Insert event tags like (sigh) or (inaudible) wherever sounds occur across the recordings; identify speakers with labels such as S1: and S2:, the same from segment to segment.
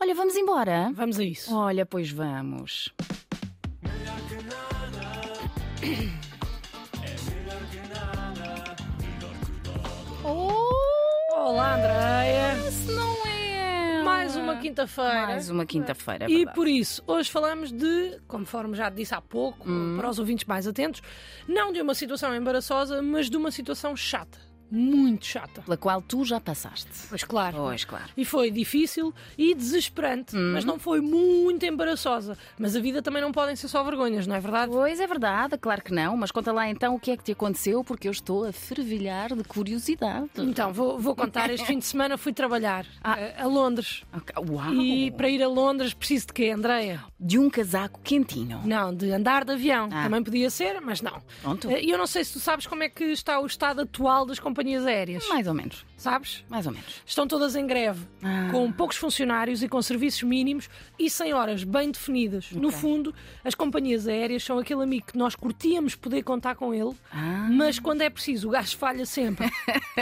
S1: Olha, vamos embora?
S2: Vamos a isso.
S1: Olha, pois vamos. Oh,
S2: Olá, Andreia.
S1: se não é?
S2: Mais uma quinta-feira.
S1: Mais uma quinta-feira. é
S2: E
S1: verdade.
S2: por isso, hoje falamos de, conforme já disse há pouco,
S1: Hum.
S2: para os ouvintes mais atentos, não de uma situação embaraçosa, mas de uma situação chata. Muito chata.
S1: Pela qual tu já passaste.
S2: Pois claro.
S1: Pois, claro.
S2: E foi difícil e desesperante,
S1: Hum.
S2: mas não foi muito embaraçosa. Mas a vida também não podem ser só vergonhas, não é verdade?
S1: Pois é verdade, claro que não, mas conta lá então o que é que te aconteceu, porque eu estou a fervilhar de curiosidade.
S2: Então, vou, vou contar. Este fim de semana fui trabalhar
S1: Ah.
S2: eh, a Londres.
S1: Ok, Uau!
S2: E para ir a Londres preciso de quê, Andreia?
S1: De um casaco quentinho.
S2: Não, de andar de avião.
S1: Ah.
S2: Também podia ser, mas não.
S1: Pronto.
S2: Eh, E eu não sei se tu sabes como é que está o estado atual das companhias aéreas.
S1: Mais ou menos,
S2: Sabes?
S1: mais ou menos.
S2: Estão todas em greve, com poucos funcionários e com serviços mínimos e sem horas bem definidas. No fundo, as companhias aéreas são aquele amigo que nós curtíamos poder contar com ele,
S1: Ah.
S2: mas quando é preciso, o gajo falha sempre.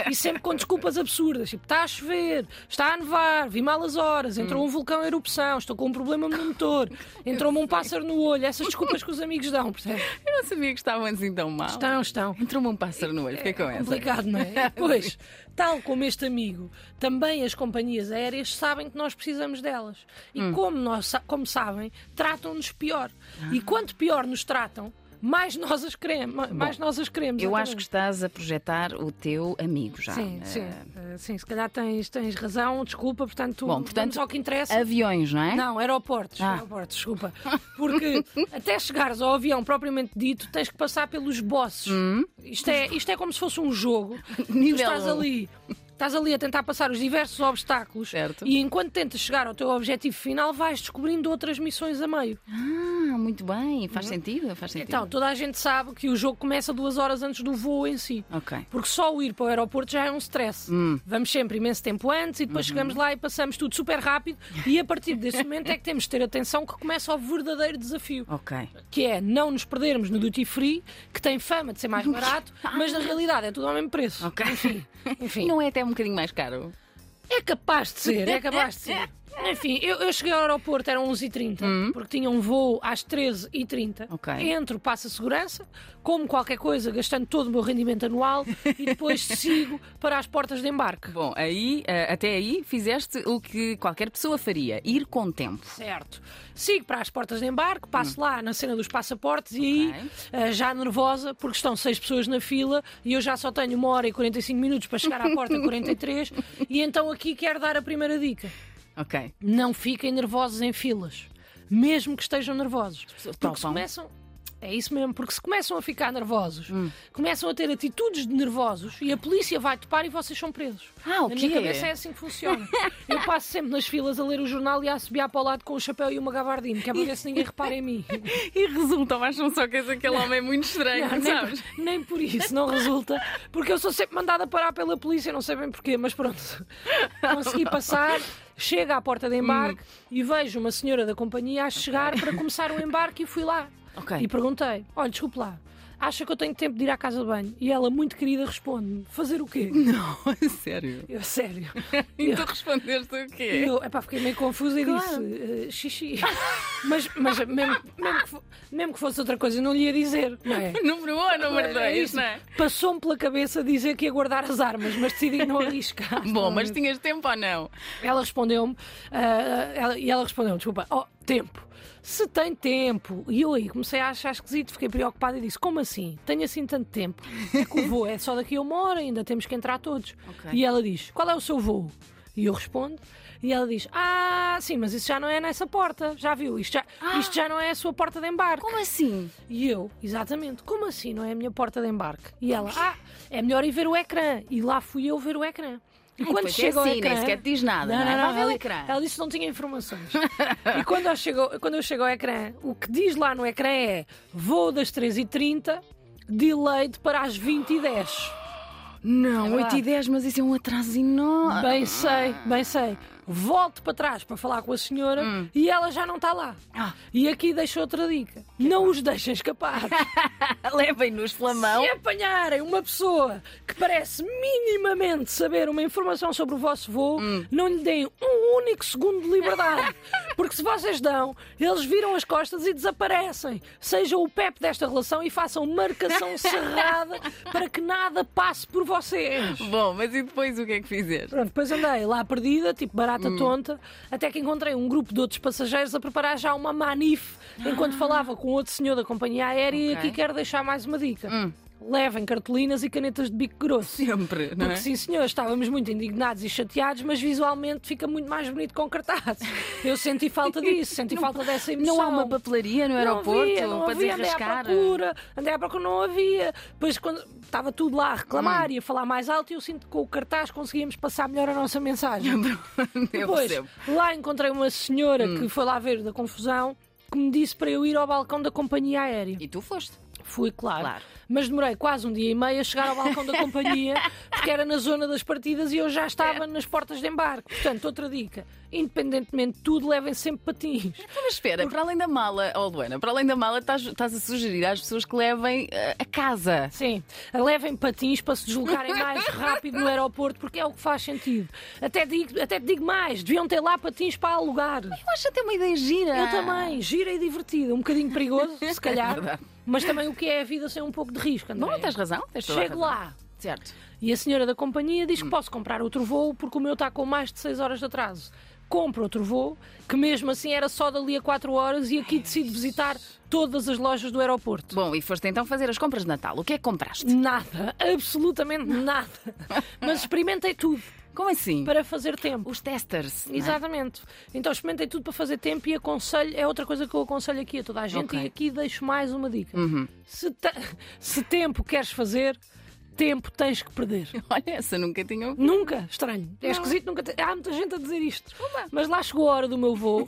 S2: e sempre com desculpas absurdas, tipo, está a chover, está a nevar, vi malas horas, entrou um vulcão em erupção, estou com um problema no motor, entrou-me um pássaro no olho, essas desculpas que os amigos dão, percebe?
S1: Eu não sabia que estavam assim tão mal.
S2: Estão, estão.
S1: Entrou-me um pássaro no olho, fiquei com essa.
S2: Complicado, não
S1: (laughs)
S2: é? Pois, tal como este amigo, também as companhias aéreas sabem que nós precisamos delas. E
S1: Hum.
S2: como, nós, sa- como sabem, tratam-nos pior.
S1: Ah.
S2: E quanto pior nos tratam, mais nós as queremos. ma- mais nós as queremos
S1: Eu acho que estás a projetar o teu amigo já.
S2: Sim,
S1: Eh,
S2: sim, Eh, sim, se calhar tens, tens razão, desculpa, portanto,
S1: Bom, portanto,
S2: vamos ao que interessa.
S1: Aviões, não é?
S2: Não, aeroportos,
S1: Ah.
S2: aeroportos, desculpa.
S1: (laughs)
S2: Porque até chegares ao avião propriamente dito, tens que passar pelos bosses. Isto, é, isto é como se fosse um
S1: (laughs)
S2: jogo.
S1: Hum? Nível
S2: tu estás
S1: um.
S2: ali, estás ali a tentar passar os diversos obstáculos
S1: Certo.
S2: e enquanto tentas chegar ao teu objetivo final, vais descobrindo outras missões a meio.
S1: Ah, muito bem, faz sentido, faz sentido.
S2: Uhum. Então, toda a gente sabe que o jogo começa duas horas antes do voo em si.
S1: ok. Hum.
S2: Porque só o ir para o aeroporto já é um stress. Vamos sempre imenso tempo antes e
S1: Uhum.
S2: depois chegamos lá e passamos tudo super rápido. E a partir desse momento é que temos de ter atenção que começa o verdadeiro desafio.
S1: Ok.
S2: Que é não nos perdermos no duty free, que tem fama de ser mais barato, mas na realidade é tudo ao mesmo preço.
S1: Ok.
S2: Enfim,
S1: Não é até um bocadinho mais caro?
S2: é capaz de ser, é capaz
S1: (laughs)
S2: de ser. Enfim, eu, eu cheguei ao aeroporto, eram 11h30, porque tinha um voo às 13h30.
S1: Hum. Ok.
S2: Entro, passo a segurança, como qualquer coisa, gastando todo o meu rendimento anual
S1: (laughs)
S2: e depois sigo para as portas de embarque.
S1: Bom, aí, eh, até aí fizeste o que qualquer pessoa faria, ir com tempo.
S2: Certo. Sigo para as portas de embarque, passo lá na cena dos passaportes e aí,
S1: Hum. Ok.
S2: eh, já nervosa, porque estão seis pessoas na fila e eu já só tenho uma hora e 45 minutos para chegar à
S1: (laughs)
S2: porta 43, e então aqui quero dar a primeira dica.
S1: Ok.
S2: Não fiquem nervosos em filas, mesmo que estejam nervosos.
S1: pessoas
S2: Porque se
S1: topam.
S2: começam. É isso mesmo, porque se começam a ficar nervosos,
S1: Hum.
S2: começam a ter atitudes de nervosos e a polícia vai topar e vocês são presos.
S1: Ah, o
S2: Na
S1: quê?
S2: minha cabeça é assim que funciona. Eu passo sempre nas filas a ler o jornal e a assobiar para o lado com o chapéu e uma gabardina, que é para ver se ninguém repara
S1: (laughs)
S2: em mim.
S1: E resultam, acham só que és aquele homem muito estranho,
S2: Não, é nem, nem por isso, não resulta, porque eu sou sempre mandada parar pela polícia, não sei bem porquê, mas pronto. Consegui passar, chego à porta de embarque
S1: Hum.
S2: e vejo uma senhora da companhia a chegar para começar o embarque e fui lá.
S1: Ok.
S2: E perguntei: olha, desculpe lá, acha que eu tenho tempo de ir à casa de banho? E ela, muito querida, responde-me: fazer o quê?
S1: (laughs) Não, é sério.
S2: Eu, sério.
S1: (laughs) E tu respondeste o
S2: E
S1: quê?
S2: eu, epá, fiquei meio confusa e
S1: Então, é? Claro.
S2: disse "Eh, xixi. (laughs) Mas, mas mesmo, mesmo, que fo- mesmo que fosse outra coisa, eu não lhe ia dizer, não é?
S1: Número 1 ou número
S2: Era
S1: 2,
S2: isso.
S1: não é?
S2: Passou-me pela cabeça dizer que ia guardar as armas, mas decidi não arriscar.
S1: (laughs) Bom, mas tinhas tempo ou não?
S2: Ela respondeu-me, ah, ela- e ela respondeu desculpa, oh, tempo. Se tem tempo. E eu aí comecei a achar esquisito, fiquei preocupada e disse: como assim? Tenho assim tanto tempo? É que o voo é só daqui a uma hora, ainda temos que entrar todos.
S1: Ok.
S2: E ela diz: qual é o seu voo? E eu respondo. E ela diz: ah, sim, mas isso já não é nessa porta, já viu? Isto já,
S1: Ah!
S2: isto já não é a sua porta de embarque.
S1: Como assim?
S2: E eu, exatamente, como assim não é a minha porta de embarque? E ela, ah, é melhor ir ver o ecrã. E lá fui eu ver o ecrã. E quando
S1: pois é
S2: chego ao
S1: assim, nem
S2: ecrã.
S1: sequer te diz nada,
S2: Não,
S1: não é?
S2: não,
S1: Vai ver o
S2: ela,
S1: ecrã.
S2: ela disse que não
S1: (laughs)
S2: tinha informações. e quando eu, chego, quando eu chego ao ecrã, o que diz lá no ecrã é voo das 13h30, delayed para as 20h10.
S1: Não,
S2: É
S1: (laughs) 8 e 10, mas isso é um atraso enorme.
S2: Bem sei, bem sei. volte para trás para falar com a senhora e ela já não está lá.
S1: Hum. Ah.
S2: E aqui deixo outra dica: não os deixem escapar.
S1: Ah, Levem-nos pela mão.
S2: Se apanharem uma pessoa que parece minimamente saber uma informação sobre o vosso voo, não lhe deem um único segundo de liberdade. Porque se vocês dão, eles viram as costas e desaparecem. Sejam o PEP desta relação e façam marcação cerrada para que nada passe por vocês.
S1: Bom, mas e depois o que é que fizeste?
S2: Pronto, depois andei lá perdida, tipo barata
S1: Hum.
S2: tonta, até que encontrei um grupo de outros passageiros a preparar já uma manif enquanto falava com outro senhor da companhia aérea. E
S1: Ah. Ok. Hum.
S2: aqui quero deixar mais uma dica: levem cartolinas e canetas de bico grosso.
S1: Sempre, não
S2: Porque
S1: é?
S2: sim, senhor, estávamos muito indignados e chateados, mas visualmente fica muito mais bonito com cartaz. Eu senti
S1: (laughs)
S2: falta disso, senti falta dessa emoção.
S1: Não há uma papelaria no
S2: Não
S1: aeroporto
S2: havia, não
S1: para
S2: havia,
S1: desenrascar?
S2: Andei à
S1: (laughs)
S2: procura, andei à procura, não havia. Depois, quando estava tudo lá a reclamar
S1: Hum.
S2: e a falar mais alto, e eu sinto que com o cartaz conseguíamos passar melhor a nossa mensagem.
S1: (laughs) Eu
S2: Depois,
S1: percebo. Hum.
S2: lá encontrei uma senhora que foi lá ver da confusão. Que me disse para eu ir ao balcão da companhia aérea.
S1: E tu foste.
S2: Fui, claro.
S1: Claro.
S2: Mas demorei quase um dia e meio a chegar ao balcão
S1: (laughs)
S2: da companhia, porque era na zona das partidas e eu já estava nas portas de embarque. Portanto, outra dica: independentemente de tudo, levem sempre patins.
S1: Então, Mas espera, para além da mala, oh Luana, para além da mala, estás, estás a sugerir às pessoas que levem eh, a casa.
S2: Sim, levem patins para se deslocarem mais rápido no aeroporto, porque é o que faz sentido. Até digo, até te digo mais, deviam ter lá patins para alugar.
S1: Eu acho até uma ideia gira.
S2: Eu também, gira e divertida, um
S1: (laughs)
S2: bocadinho perigoso, se
S1: É
S2: calhar,
S1: verdade.
S2: mas também o que é a vida sem um pouco de risco, André?
S1: Bom, tens razão. Tens toda a
S2: Chego
S1: razão.
S2: lá
S1: Certo.
S2: e a senhora da companhia diz que
S1: Hum.
S2: posso comprar outro voo porque o meu está com mais de 6 horas de atraso. Compro outro voo, que mesmo assim era só dali a 4 horas e aqui decido visitar todas as lojas do aeroporto.
S1: Bom, e foste então fazer as compras de Natal. O que é que compraste?
S2: Nada, absolutamente nada. Mas experimentei tudo
S1: Como assim?
S2: para fazer tempo.
S1: Os testers. não é?
S2: Exatamente. Então experimentei tudo para fazer tempo e aconselho, é outra coisa que eu aconselho aqui a toda a gente
S1: Ok.
S2: e aqui deixo mais uma dica. Se, te- se tempo queres fazer, tempo tens que perder.
S1: (laughs) Olha, essa nunca tinha ouvido.
S2: Nunca, estranho. É esquisito, nunca. te- Há muita gente a dizer isto. Mas lá chegou a hora do
S1: (laughs)
S2: meu voo,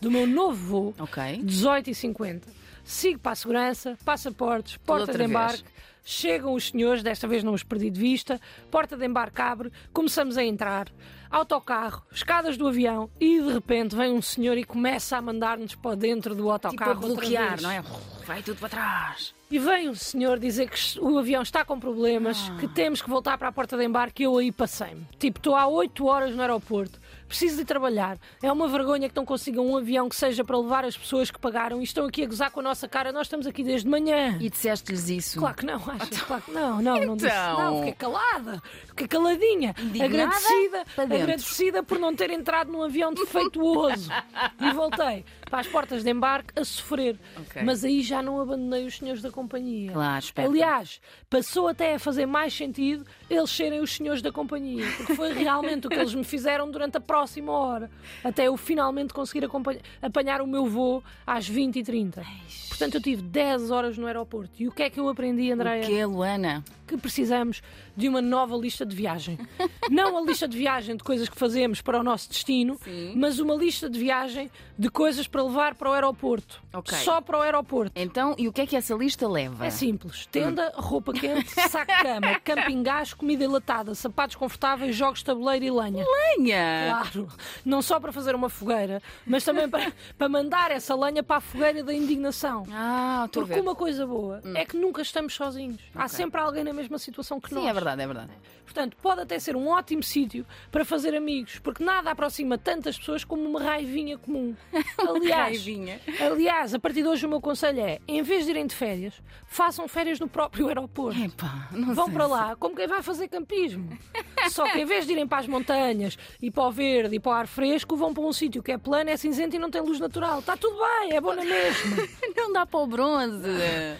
S2: do meu novo voo,
S1: Ok.
S2: 18 e 50 Sigo para a segurança, passaportes, porta
S1: outra
S2: de
S1: vez.
S2: embarque. Chegam os senhores, desta vez não os perdi de vista. Porta de embarque abre, começamos a entrar. Autocarro, escadas do avião e de repente vem um senhor e começa a mandar-nos para dentro do
S1: Tipo
S2: autocarro.
S1: a
S2: outra
S1: bloquear,
S2: vez.
S1: não é? Vai tudo para trás.
S2: E vem um senhor dizer que o avião está com problemas, que temos que voltar para a porta de embarque e eu aí passei-me. Tipo, estou há 8 horas no aeroporto, preciso de trabalhar. É uma vergonha que não consigam um avião que seja para levar as pessoas que pagaram e estão aqui a gozar com a nossa cara. Nós estamos aqui desde manhã.
S1: E disseste-lhes isso.
S2: Claro que não, acho. Claro que não, não, não disse.
S1: Então.
S2: Não, fiquei calada, fiquei caladinha,
S1: Indignada,
S2: agradecida,
S1: para dentro.
S2: agradecida por não ter entrado num avião
S1: (laughs)
S2: defeituoso. e voltei para as portas de embarque a sofrer.
S1: Ok.
S2: Mas aí já não abandonei os senhores da companhia.
S1: Claro, espera.
S2: Aliás, passou até a fazer mais sentido eles serem os senhores da companhia, porque foi realmente o que eles me fizeram durante a próxima hora, até eu finalmente conseguir acompanha- apanhar o meu voo às 20h30. Portanto, eu tive 10 horas no aeroporto. E o que é que eu aprendi, Andréia?
S1: O que é, Luana?
S2: que precisamos de uma nova lista de viagem. Não a lista de viagem de coisas que fazemos para o nosso destino, mas uma lista de viagem de coisas para levar para o aeroporto.
S1: Ok.
S2: Só para o aeroporto.
S1: Então, e o que é que essa lista leva?
S2: É simples. Tenda, roupa quente, saco de
S1: (laughs)
S2: cama, camping gás, comida enlatada, sapatos confortáveis, jogos de tabuleiro e lenha.
S1: Lenha!
S2: Claro. Não só para fazer uma fogueira, mas também para, para mandar essa lenha para a fogueira da indignação.
S1: Ah, estou a
S2: Porque
S1: ver.
S2: uma coisa boa é que nunca estamos sozinhos. Há sempre alguém na mesma situação que nós.
S1: Sim, é verdade, é verdade.
S2: Portanto, pode até ser um ótimo sítio para fazer amigos, porque nada aproxima tantas pessoas como uma
S1: (laughs)
S2: raivinha comum. Aliás,
S1: Raivinha.
S2: aliás, a partir de hoje o meu conselho é, em vez de irem de férias, façam férias no próprio (laughs) aeroporto.
S1: Epá, É, não
S2: Vão
S1: sei
S2: para
S1: se-
S2: lá como quem vai fazer campismo. Só que em vez de irem para as montanhas e para o verde e para o ar fresco, vão para um sítio que é plano, é cinzento e não tem luz natural. Está tudo bem, é bom na mesma. (laughs)
S1: Não dá para o bronze.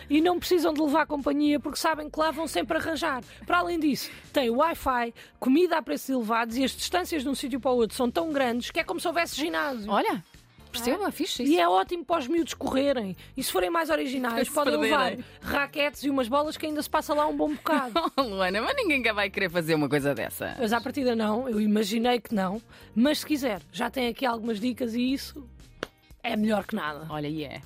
S2: E não precisam de levar companhia porque sabem que lá vão sempre arranjar. Para além disso, tem Wi-Fi, comida a preços elevados e as distâncias de um sítio para o outro são tão grandes que é como se houvesse ginásio.
S1: Olha, percebo, é? fixe isso.
S2: E é ótimo para os miúdos correrem. E se forem mais
S1: (laughs)
S2: originais,
S1: Se
S2: podem levar
S1: perderem.
S2: raquetes e umas bolas que ainda se passa lá um bom bocado.
S1: (laughs) Oh, (laughs) Luana, mas ninguém cá vai querer fazer uma coisa dessa.
S2: Mas à partida não, eu imaginei que não. Mas se quiser, já tem aqui algumas dicas e isso é melhor que nada.
S1: Olha, e é.